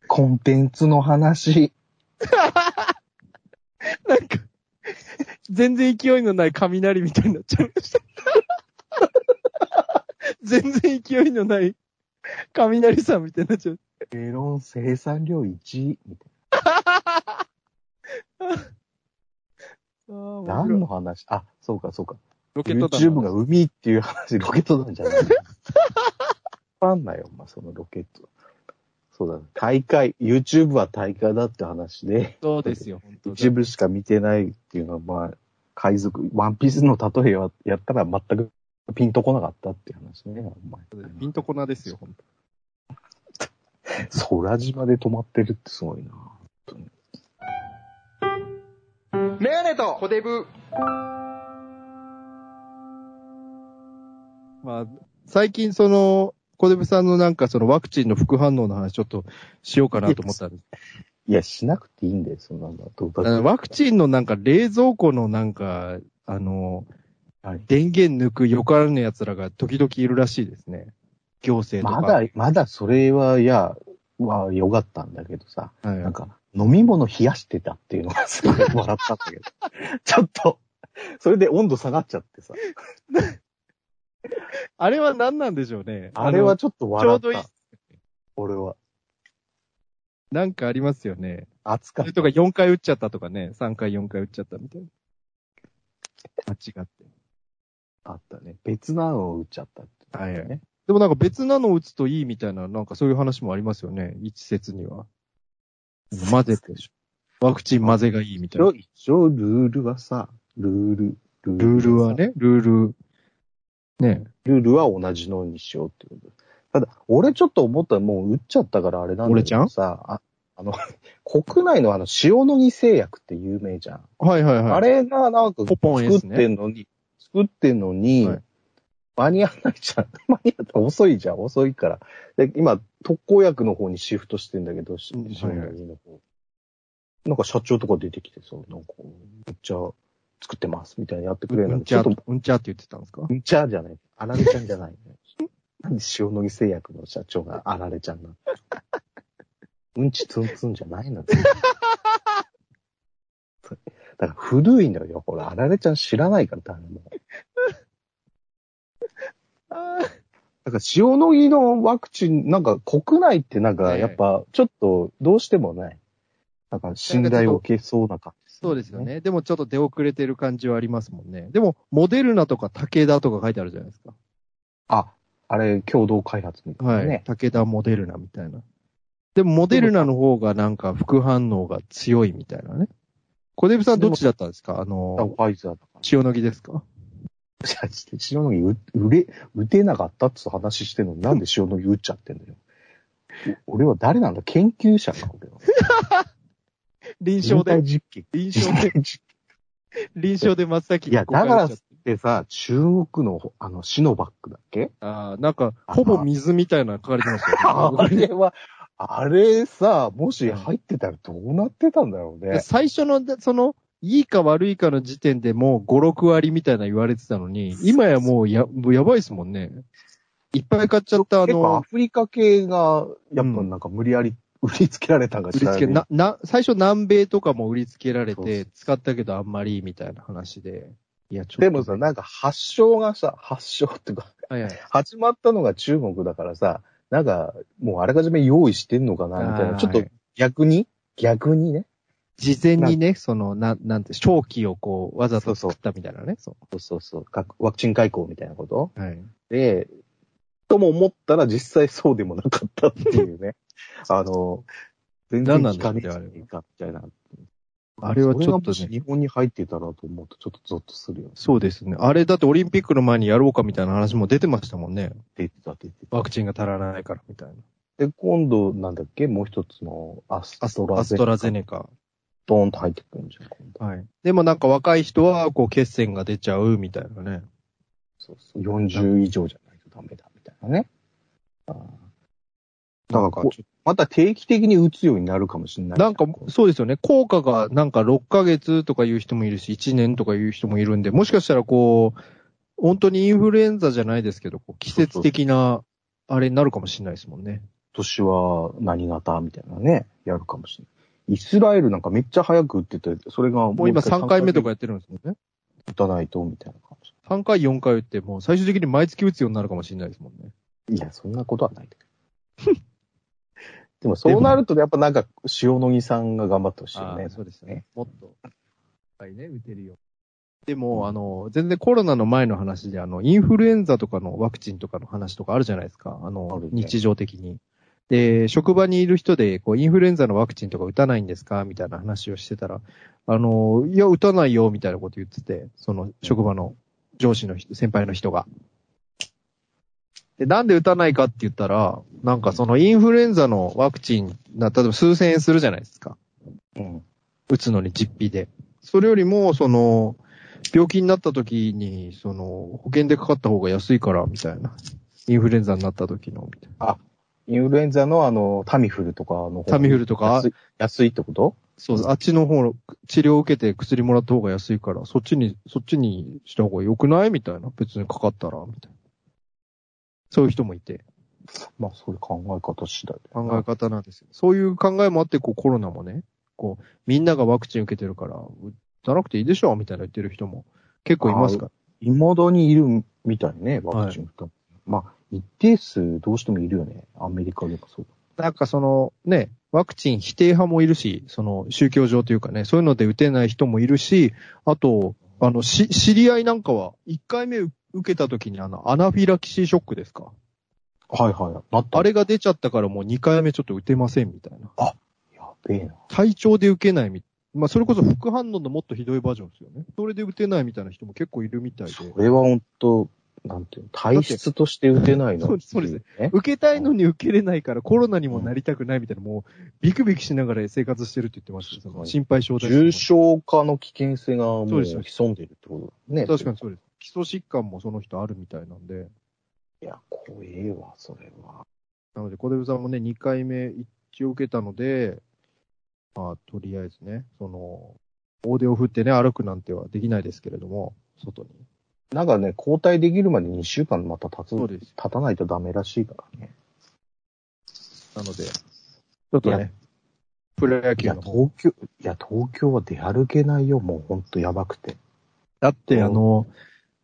Speaker 2: コンテンツの話。
Speaker 3: なんか、全然勢いのない雷みたいになっちゃいました。 全然勢いのない雷さんみたいになっちゃう。
Speaker 2: メロン生産量1位。何の話あ、そうかそうか。
Speaker 3: ロケット弾
Speaker 2: YouTube が海っていう話、 ロケットなんじゃないわかんないよ、お前、そのロケット。そうだ、ね、大会、YouTube は大会だって話で、
Speaker 3: そうですよ、本当だ
Speaker 2: 一部しか見てないっていうのは、まあ、海賊、ワンピースの例えはやったら全くピンとこなかったっていう話ね、お前。
Speaker 3: ピンとこなですよ、本当
Speaker 2: 空島で止まってるってすごいな。
Speaker 1: メガネとコデブ。
Speaker 3: まあ、最近その、小出部さんのなんかそのワクチンの副反応の話ちょっとしようかなと思ったんです。
Speaker 2: いや、しなくていいんだよ、そんなのは。どうだっ
Speaker 3: あ
Speaker 2: て
Speaker 3: のワクチンのなんか冷蔵庫のなんか、あの、
Speaker 2: はい
Speaker 3: 電源抜くよからぬ奴らが時々いるらしいですね。行政と
Speaker 2: ま
Speaker 3: か。
Speaker 2: だ、まだそれは、いや、は良かったんだけどさ、
Speaker 3: はい
Speaker 2: なんか、飲み物冷やしてたっていうのがすごい笑ったんだけ ど、ちょっと、それで温度下がっちゃってさ、
Speaker 3: あれは何なんでしょうね。
Speaker 2: あれはちょっと
Speaker 3: あのちょ
Speaker 2: 笑
Speaker 3: う
Speaker 2: った。
Speaker 3: どいい。
Speaker 2: 俺は。
Speaker 3: なんかありますよね。
Speaker 2: 暑かっ
Speaker 3: それ
Speaker 2: た。
Speaker 3: とか4回打っちゃったとかね。3回4回打っちゃったみたいな。間違って。
Speaker 2: あったね。別なのを打っちゃったって、
Speaker 3: はいはい。でもなんか別なのを打つといいみたいな、なんかそういう話もありますよね。一説には。混ぜて。ワクチン混ぜがいいみたいな。
Speaker 2: 一応、ルールはさ、ルール、ル
Speaker 3: ルールは
Speaker 2: ね
Speaker 3: ね、ルール。ね
Speaker 2: ルールは同じのにしようってこと。ただ、俺ちょっと思ったらもう打っちゃったからあれなんだ
Speaker 3: 俺
Speaker 2: け
Speaker 3: ちゃ
Speaker 2: ど
Speaker 3: ん
Speaker 2: さ、ああの、 国内のあの、塩野義製薬って有名じゃん。
Speaker 3: はいはいはい。
Speaker 2: あれがなんか
Speaker 3: ポポン
Speaker 2: 作
Speaker 3: S
Speaker 2: っ
Speaker 3: ね
Speaker 2: てんのに、作ってんのに、
Speaker 3: はい
Speaker 2: 間に合わないじゃん。 間に合った遅いじゃん、遅いから。で今、特効薬の方にシフトしてんだけど、し
Speaker 3: うんはい
Speaker 2: 塩野義の方。なんか社長とか出てきてさ、なんか、めっちゃ作ってますみたいなやってくれる
Speaker 3: う
Speaker 2: の
Speaker 3: ん
Speaker 2: に、
Speaker 3: ち
Speaker 2: ちょ
Speaker 3: ゃ
Speaker 2: っと
Speaker 3: うんちゃって言ってたんですか
Speaker 2: うんちゃじゃない。あられちゃんじゃない。なんで塩野義製薬の社長があられちゃんなのうんちツンツンじゃないの。だから古いのよ。ほら、あられちゃん知らないから、誰も。
Speaker 3: あ
Speaker 2: なんか塩野義のワクチン、なんか国内ってなんかやっぱちょっとどうしてもね、なんか信頼を受けそうな感じ、
Speaker 3: そうですよ。ね。でもちょっと出遅れてる感じはありますもんね。でも、モデルナとか武田とか書いてあるじゃないですか。
Speaker 2: あ、あれ共同開発みたい
Speaker 3: は。
Speaker 2: ないね。
Speaker 3: 武田モデルナみたいな。でも、モデルナの方がなんか副反応が強いみたいなね。小出さんどっちだったんですかあ
Speaker 2: だから
Speaker 3: の、
Speaker 2: ファイザーだから。
Speaker 3: 塩野義ですか
Speaker 2: じゃあ塩野義打打れ、打てなかったっつう話してんのになんで塩野義打っちゃってんのよ。 お俺は誰なんだ研究者か、俺は。
Speaker 3: 臨床で、
Speaker 2: 人体実験。
Speaker 3: 臨
Speaker 2: 人
Speaker 3: 床で、
Speaker 2: 体実
Speaker 3: 臨床で真っ先
Speaker 2: いや
Speaker 3: に公開
Speaker 2: だから
Speaker 3: しちゃって
Speaker 2: 験ってさ、中国のあのシノバックだっけ
Speaker 3: ああ、なんか、ほぼ水みたいなの書かれてました よ、
Speaker 2: あれは、あれさ、もし入ってたらどうなってたんだろう
Speaker 3: で
Speaker 2: ね。
Speaker 3: 最初の、その、いいか悪いかの時点でもう5、6割みたいな言われてたのに、今やもうや、もうやばいですもんね。いっぱい買っちゃった、あ
Speaker 2: 結構ア
Speaker 3: の、
Speaker 2: フリカ系が、やっぱなんか無理やり売りつけられたんか
Speaker 3: 売
Speaker 2: 知
Speaker 3: り
Speaker 2: ら
Speaker 3: つ
Speaker 2: ない。
Speaker 3: け、な、な、最初南米とかも売りつけられ
Speaker 2: そうそう
Speaker 3: て、使ったけどあんまりみたいな話で。いや、ちょっと。
Speaker 2: でもさ、なんか発祥がさ、発祥っていうか、
Speaker 3: はいはい。
Speaker 2: 始まったのが中国だからさ、なんか、もうあらかじめ用意してんのかな、みたい
Speaker 3: あー
Speaker 2: な。ちょっと
Speaker 3: はい
Speaker 2: 逆に、逆にね。
Speaker 3: 事前にね、その、な、なんて、正気をこう、わざと作ったみたいなね。そ
Speaker 2: そうそうそう。かワクチン外交みたいなこと
Speaker 3: う。はい。
Speaker 2: で、とも思ったら実際そうでもなかったっていう ね。あの、全然効かねえじゃねえか、みたいな。
Speaker 3: あれはちょっ
Speaker 2: それが
Speaker 3: と
Speaker 2: もし
Speaker 3: ね。
Speaker 2: 日本に入ってたらと思うとちょっとゾッとするよね。
Speaker 3: そうですね。あれだってオリンピックの前にやろうかみたいな話も出てましたもんね。
Speaker 2: 出てた、出てた。
Speaker 3: ワクチンが足らないからみたいな。
Speaker 2: で、今度、なんだっけもう一つのアス
Speaker 3: ア
Speaker 2: ト
Speaker 3: ア
Speaker 2: ラ
Speaker 3: ス
Speaker 2: ゼ
Speaker 3: ト
Speaker 2: ネカ。
Speaker 3: ラゼネカ。
Speaker 2: ドーンと入ってくるんじゃん、今度。
Speaker 3: はい。でもなんか若い人は、こう、血栓が出ちゃうみたいなね。
Speaker 2: そうそう。40以上じゃないとダメだ、みたいなね。あーだから
Speaker 3: か
Speaker 2: こう、また定期的に打つようになるかもしれない。
Speaker 3: なんか
Speaker 2: こう、
Speaker 3: そうですよね。効果が、なんか6ヶ月とかいう人もいるし、1年とかいう人もいるんで、もしかしたらこう、本当にインフルエンザじゃないですけど、こう季節的な、あれになるかもしれないですもんね。
Speaker 2: 今年は何型みたいなね、やるかもしれない。イスラエルなんかめっちゃ早く打ってて、それがも
Speaker 3: もう今3回目とか
Speaker 2: 打
Speaker 3: やってるんですもんね。
Speaker 2: たないと、みたいな感じ。
Speaker 3: 3回、4回打って、もう最終的に毎月打つようになるかもしれないですもんね。
Speaker 2: いや、そんなことはないけど。 でもそうなると、やっぱなんか、塩野義さんが頑張ってほしいよね。
Speaker 3: そうです
Speaker 2: ね。
Speaker 3: もっと、いっぱいね、打てるよ。でも、あの、全然コロナの前の話で、あの、インフルエンザとかのワクチンとかの話とかあるじゃないですか。あの、
Speaker 2: あるね
Speaker 3: 日常的に。で、職場にいる人で、こう、インフルエンザのワクチンとか打たないんですかみたいな話をしてたら、あの、いや、打たないよ、みたいなこと言ってて、その、職場の上司の人、先輩の人が。で、なんで打たないかって言ったら、なんかそのインフルエンザのワクチンな、例えば数千円するじゃないですか。
Speaker 2: うん。
Speaker 3: 打つのに実費で。それよりも、その、病気になった時に、その、保険でかかった方が安いから、みたいな。インフルエンザになった時の、みたいな。
Speaker 2: インフルエンザのあの、タミフルとかの方
Speaker 3: タミフルとか
Speaker 2: 安い安いってこと
Speaker 3: そう、あっちの方の治療を受けて薬もらった方が安いから、そっちに、そっちにした方が良くないみたいな。別にかかったら、みたいな。そういう人もいて、
Speaker 2: まあ、そういう考え方次第だよ
Speaker 3: 考
Speaker 2: な
Speaker 3: え方なんですよ。そういう考えもあって、こうコロナもね、こう、みんながワクチン受けてるから、打たなくていいでしょ、みたいな言ってる人も結構いますから。
Speaker 2: 未だにいるみたいね、ワクチン打ったのまあ、一定数どうしてもいるよね。アメリカでもそうだ。
Speaker 3: なんかそのね、ワクチン否定派もいるし、その宗教上というかね、そういうので打てない人もいるし、あと、あの、し、知り合いなんかは、1回目受けた時にあの、アナフィラキシーショックですか。
Speaker 2: はいはい。なった。
Speaker 3: あれが出ちゃったからもう2回目ちょっと打てませんみたいな。
Speaker 2: やべえな。
Speaker 3: 体調で受けないみ、まあそれこそ副反応のもっとひどいバージョンですよね。それで打てないみたいな人も結構いるみたいで。
Speaker 2: それは本当なんていうの、体質として打てないの。
Speaker 3: そうです
Speaker 2: ね。
Speaker 3: 受けたいのに受けれないからコロナにもなりたくないみたいな、もうビクビクしながら生活してるって言ってましたよ。その心配性だし
Speaker 2: 重症化の危険性がも
Speaker 3: そう
Speaker 2: う
Speaker 3: ですよ
Speaker 2: 潜んでるってことだね。
Speaker 3: 確かに。そうです。基礎疾患もその人あるみたいなんで、
Speaker 2: いや、怖えわ、それは。
Speaker 3: なので、小出さんもね、2回目一応受けたので、まあ、とりあえずね、その、大手を振ってね、歩くなんてはできないですけれども、外に。
Speaker 2: なんかね、交代できるまで2週間また経つ、
Speaker 3: そう
Speaker 2: 経
Speaker 3: です。
Speaker 2: たないとダメらしいからね。
Speaker 3: なので、ちょっとね、プロ野
Speaker 2: い
Speaker 3: 球
Speaker 2: や、
Speaker 3: の方。
Speaker 2: 東京、いや、東京は出歩けないよ、もうほんとやばくて。
Speaker 3: だってあの、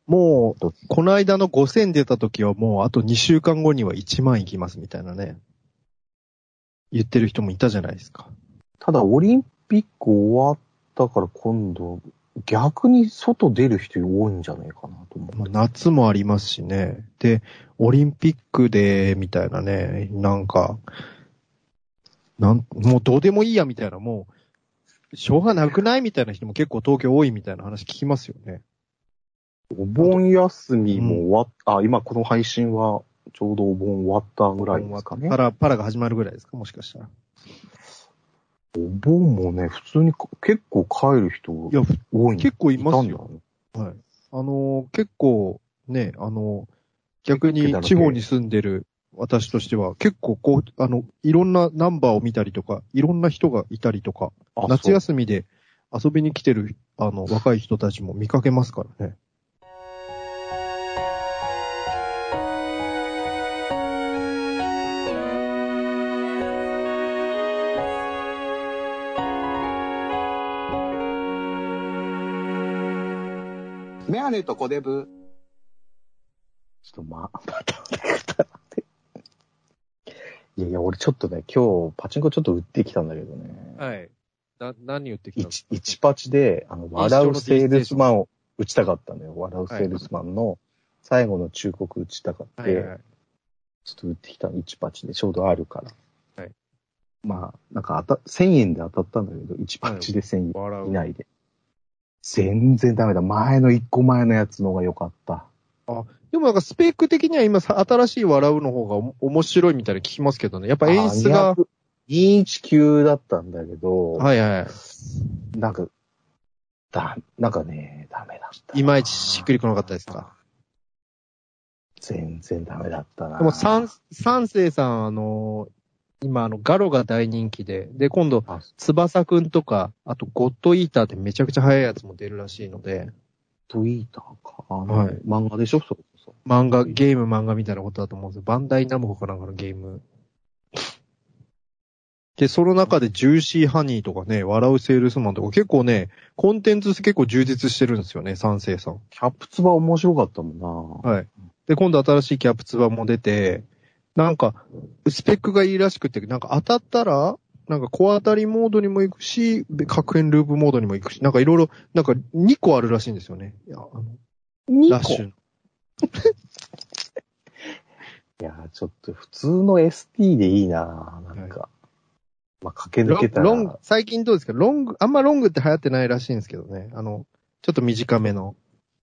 Speaker 3: もう、この間の5000出た時はもうあと2週間後には1万いきますみたいなね。言ってる人もいたじゃないですか。
Speaker 2: ただ、オリンピック終わったから今度、逆に外出る人多いんじゃないかなと思う。
Speaker 3: まあ、夏もありますしね。で、オリンピックで、みたいなね、なんか、なん、もうどうでもいいや、みたいな、もう、しょうがなくないみたいな人も結構東京多いみたいな話聞きますよね。
Speaker 2: お盆休みも終わっ、あ、今この配信はちょうどお盆終わったぐらいですかね
Speaker 3: パ。ラ、パラが始まるぐらいですかもしかしたら。
Speaker 2: お盆もね、普通にか結構帰る人
Speaker 3: いや、
Speaker 2: 多いん
Speaker 3: 結構います
Speaker 2: たんだ
Speaker 3: よ。
Speaker 2: ね
Speaker 3: はい。あのー結構、ね、あのー逆に地方に住んでる私としては、結構こう、あの、いろんなナンバーを見たりとか、いろんな人がいたりとか、
Speaker 2: あ
Speaker 3: 夏
Speaker 2: そう
Speaker 3: 休みで遊びに来てる、あの、若い人たちも見かけますからね。
Speaker 1: メアネとコデブ。
Speaker 2: ちょっとま、またまた いやいや、俺ちょっとね、今日パチンコちょっと売ってきたんだけどね。
Speaker 3: はい。な、何言ってき
Speaker 2: 一、一パチで、あの、笑うセールスマンを打ちたかったのよ。笑うセールスマンの最後の忠告打ちたかって、
Speaker 3: い。
Speaker 2: ちょっと打ってきたの、1パチで、ちょうどあるから。
Speaker 3: はい
Speaker 2: まあ、なんか当た、1000円で当たったんだけど、1パチで1000
Speaker 3: 笑
Speaker 2: 円以内で。全然ダメだ。前の1個前のやつの方が良かった。
Speaker 3: でもなんかスペック的には今さ、新しい笑うの方がおも面白いみたいなの聞きますけどね。やっぱ演出
Speaker 2: あ
Speaker 3: が。。
Speaker 2: 219だったんだけど、
Speaker 3: はいはい。
Speaker 2: なんか、だ、なんかね、ダメだったな。
Speaker 3: いまいちしっくりこなかったですか。
Speaker 2: 全然ダメだったな。
Speaker 3: でも三、三世さん、あのー今あの、ガロが大人気で、で、今度、
Speaker 2: あ
Speaker 3: 翼くんとか、あと、ゴッドイーターってめちゃくちゃ早いやつも出るらしいので、
Speaker 2: トイーターか。あの、
Speaker 3: はい
Speaker 2: 漫画でしょそれこそ。
Speaker 3: 漫画、ゲーム漫画みたいなことだと思うんですよ。バンダイナムコかなんかのゲーム。で、その中でジューシーハニーとかね、笑うセールスマンとか結構ね、コンテンツ結構充実してるんですよね、三世さん。
Speaker 2: キャップツバ面白かったもんな。
Speaker 3: はい。で、今度新しいキャプツバも出て、なんか、スペックがいいらしくて、なんか当たったら、なんか小当たりモードにも行くし、核変ループモードにも行くし、なんかいろいろ、なんか2個あるらしいんですよね。いやあの
Speaker 2: 2
Speaker 3: ラッシュ。
Speaker 2: いやー、ちょっと普通の ST でいいな。なんか。まあ、駆け
Speaker 3: ロ
Speaker 2: 抜け
Speaker 3: ン
Speaker 2: たら。
Speaker 3: ロング、最近どうですかロング、あんまロングって流行ってないらしいんですけどね。あの、ちょっと短めの、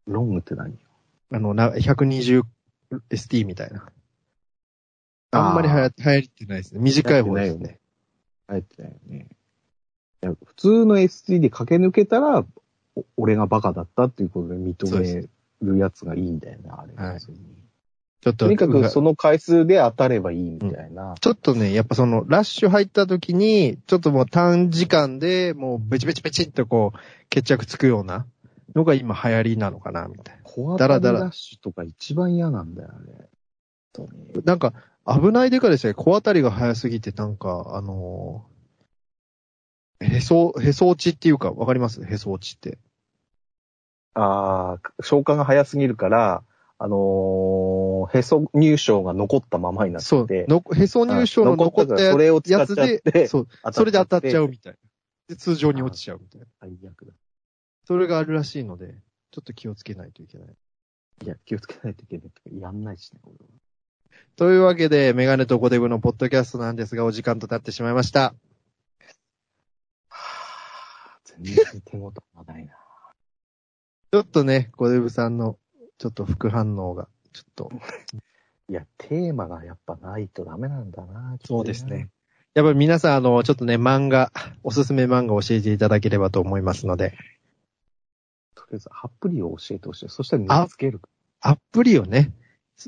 Speaker 2: ロングって何
Speaker 3: あの、な 120ST みたいな。あんまり流行
Speaker 2: あ
Speaker 3: 流行ってないですね。短い方です
Speaker 2: 流行ってない
Speaker 3: ね。
Speaker 2: 入ってないよね。いや普通の ST で駆け抜けたら、お俺がバカだったっていうことで
Speaker 3: そう
Speaker 2: 認
Speaker 3: で
Speaker 2: めるやつがいいんだよね、あれ。
Speaker 3: はい
Speaker 2: 別に
Speaker 3: ちょっと、
Speaker 2: とにか
Speaker 3: う
Speaker 2: く
Speaker 3: が
Speaker 2: その回数で当たればいいみたいな。
Speaker 3: ちょっとね、やっぱその、ラッシュ入った時に、ちょっともう短時間で、もうベチベチベチっとこう、決着つくようなのが今流行りなのかな、みたい
Speaker 2: 小
Speaker 3: だ
Speaker 2: 当
Speaker 3: らだ
Speaker 2: た
Speaker 3: ら
Speaker 2: りダッシュとか一番嫌なんだよ、あれ。本当に
Speaker 3: な。なんか、危ないデカでしたね。小当たりが早すぎて、なんか、あのーへそ、へそ落ちっていうか、わかりますへそ落ちって。
Speaker 2: ああ、消化が早すぎるから、あのーへそ入賞が残ったままになって
Speaker 3: そう。のへそ入賞の
Speaker 2: あ
Speaker 3: 残った
Speaker 2: からそれを使
Speaker 3: や
Speaker 2: っ
Speaker 3: つ
Speaker 2: ちゃっ
Speaker 3: で、
Speaker 2: て、
Speaker 3: そう、
Speaker 2: 当
Speaker 3: それで当たっちゃ
Speaker 2: う。
Speaker 3: うみたいな。で、通常に落ちちゃうみたいな。
Speaker 2: 最悪だ。
Speaker 3: それがあるらしいので、ちょっと気をつけないといけない。
Speaker 2: いや、気をつけないといけないとか、やんないしね、俺は。
Speaker 3: というわけで、メガネとコデブのポッドキャストなんですが、お時間となってしまいました。
Speaker 2: はぁ全然手応えがないな。
Speaker 3: ちょっとね、コデブさんの、ちょっと副反応が、ちょっと。
Speaker 2: いや、テーマがやっぱないとダメなんだな。きっとな。。
Speaker 3: やっぱり皆さん、あの、ちょっとね、漫画、おすすめ漫画を教えていただければと思いますので、
Speaker 2: とりあえず、アプリを教えてほしい。そしたら見つける。
Speaker 3: アプリをね、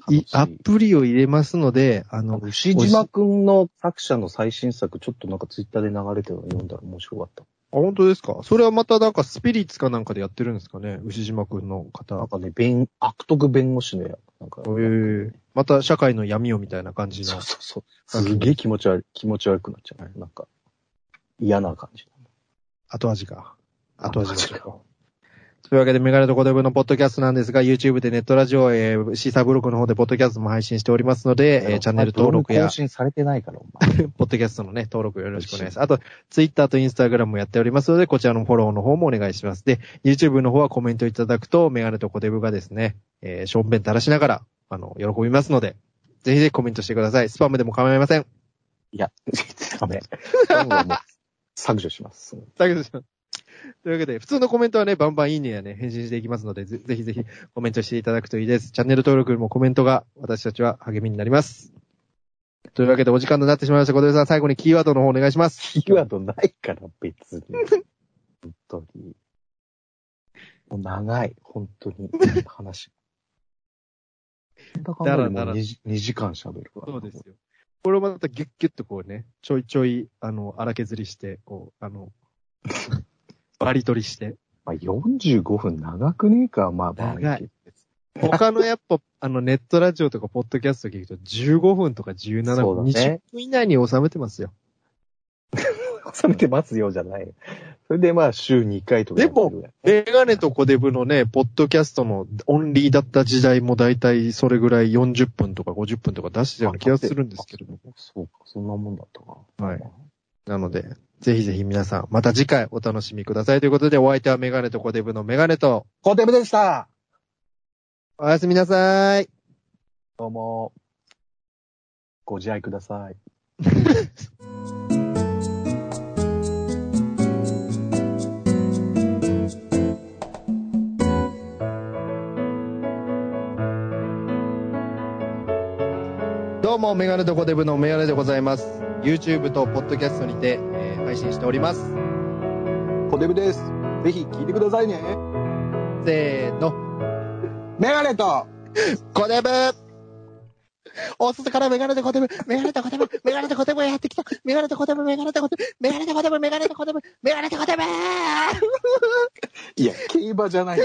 Speaker 3: い
Speaker 2: 楽しい
Speaker 3: アプリを入れますので、あの、
Speaker 2: 牛島くんの作者の最新作、ちょっとなんかツイッターで流れてるの読んだら面白かった。
Speaker 3: 本当ですかそれはまたなんかスピリッツかなんかでやってるんですかね牛島くんの方。
Speaker 2: なんかね、弁、悪徳弁護士のや、なんか。
Speaker 3: えーまた社会の闇をみたいな感じ
Speaker 2: そ
Speaker 3: の
Speaker 2: う。そうそう。すげえ気持ち悪い、気持ち悪くなっちゃう。なんか、嫌な感じ。
Speaker 3: 後味が。後味がちょっ
Speaker 2: 後
Speaker 3: と。というわけで、メガネとコデブのポッドキャストなんですが、YouTube でネットラジオ、えー、シーサーブログの方でポッドキャストも配信しておりますので、えーチャンネル登録
Speaker 2: まだ
Speaker 3: や
Speaker 2: 更、新されてないから、お前。
Speaker 3: ポッドキャストのね、登録よろしくお願いします。あと、Twitter と Instagram もやっておりますので、こちらのフォローの方もお願いします。で、YouTube の方はコメントいただくと、メガネとコデブがですね、えー、ションベン垂らしながら、あの、喜びますので、ぜひぜひコメントしてください。スパムでも構いません。
Speaker 2: い や、ダメ。ダメもう削除します。
Speaker 3: だけど、というわけで、普通のコメントはね、バンバンいいねやね、返信していきますので、ぜぜひぜひコメントしていただくといいです。チャンネル登録よりもコメントが私たちは励みになります。というわけで、お時間となってしまいました。小手さん、最後にキーワードの方お願いします。
Speaker 2: キーワードないから、 別に。本当に。もう長い、本当に、話。だからもう
Speaker 3: だらだら
Speaker 2: 2, 時2時間喋るから。
Speaker 3: よ。これをまたギュッギュッとこうね、ちょいちょい、あの、荒削りして、こう、あの、 バリ取りして。
Speaker 2: まあ、45分長くねえか、まあ、まあ
Speaker 3: 長い。他のやっぱ、あの、ネットラジオとか、ポッドキャスト聞くと15分とか17
Speaker 2: そうだ
Speaker 3: 分、
Speaker 2: ね
Speaker 3: 20分以内に収めてますよ。
Speaker 2: 収めて待つようじゃない。それでまあ、週2回とかやってるぐらい。
Speaker 3: メガネとコデブのね、ポッドキャストのオンリーだった時代もだいたいそれぐらい40分とか50分とか出してたような気がするんですけれども。
Speaker 2: あ。そうか、そんなもんだったか。
Speaker 3: はい。なので、ぜひぜひ皆さん、また次回お楽しみくださいということで、お相手はメガネとコデブのメガネと、
Speaker 2: コーテムでした
Speaker 3: おやすみなさーい。
Speaker 2: どうも。ご自愛ください。
Speaker 3: どうも、メガネとコデブのメガネでございます。YouTube とポッドキャストにて、えー配信しております。
Speaker 1: コデブです。ぜひ聞いてくださいね。
Speaker 3: せーの、
Speaker 1: メガネと
Speaker 3: コデブお外からメガネとコデブ、メガネとコデブ、メガネとコデブがやってきた、メガネとコデブ、メガネとコデブ、メガネとコデブ、メガネとコデブ、メガネとコデブ
Speaker 1: いや、競馬じゃない。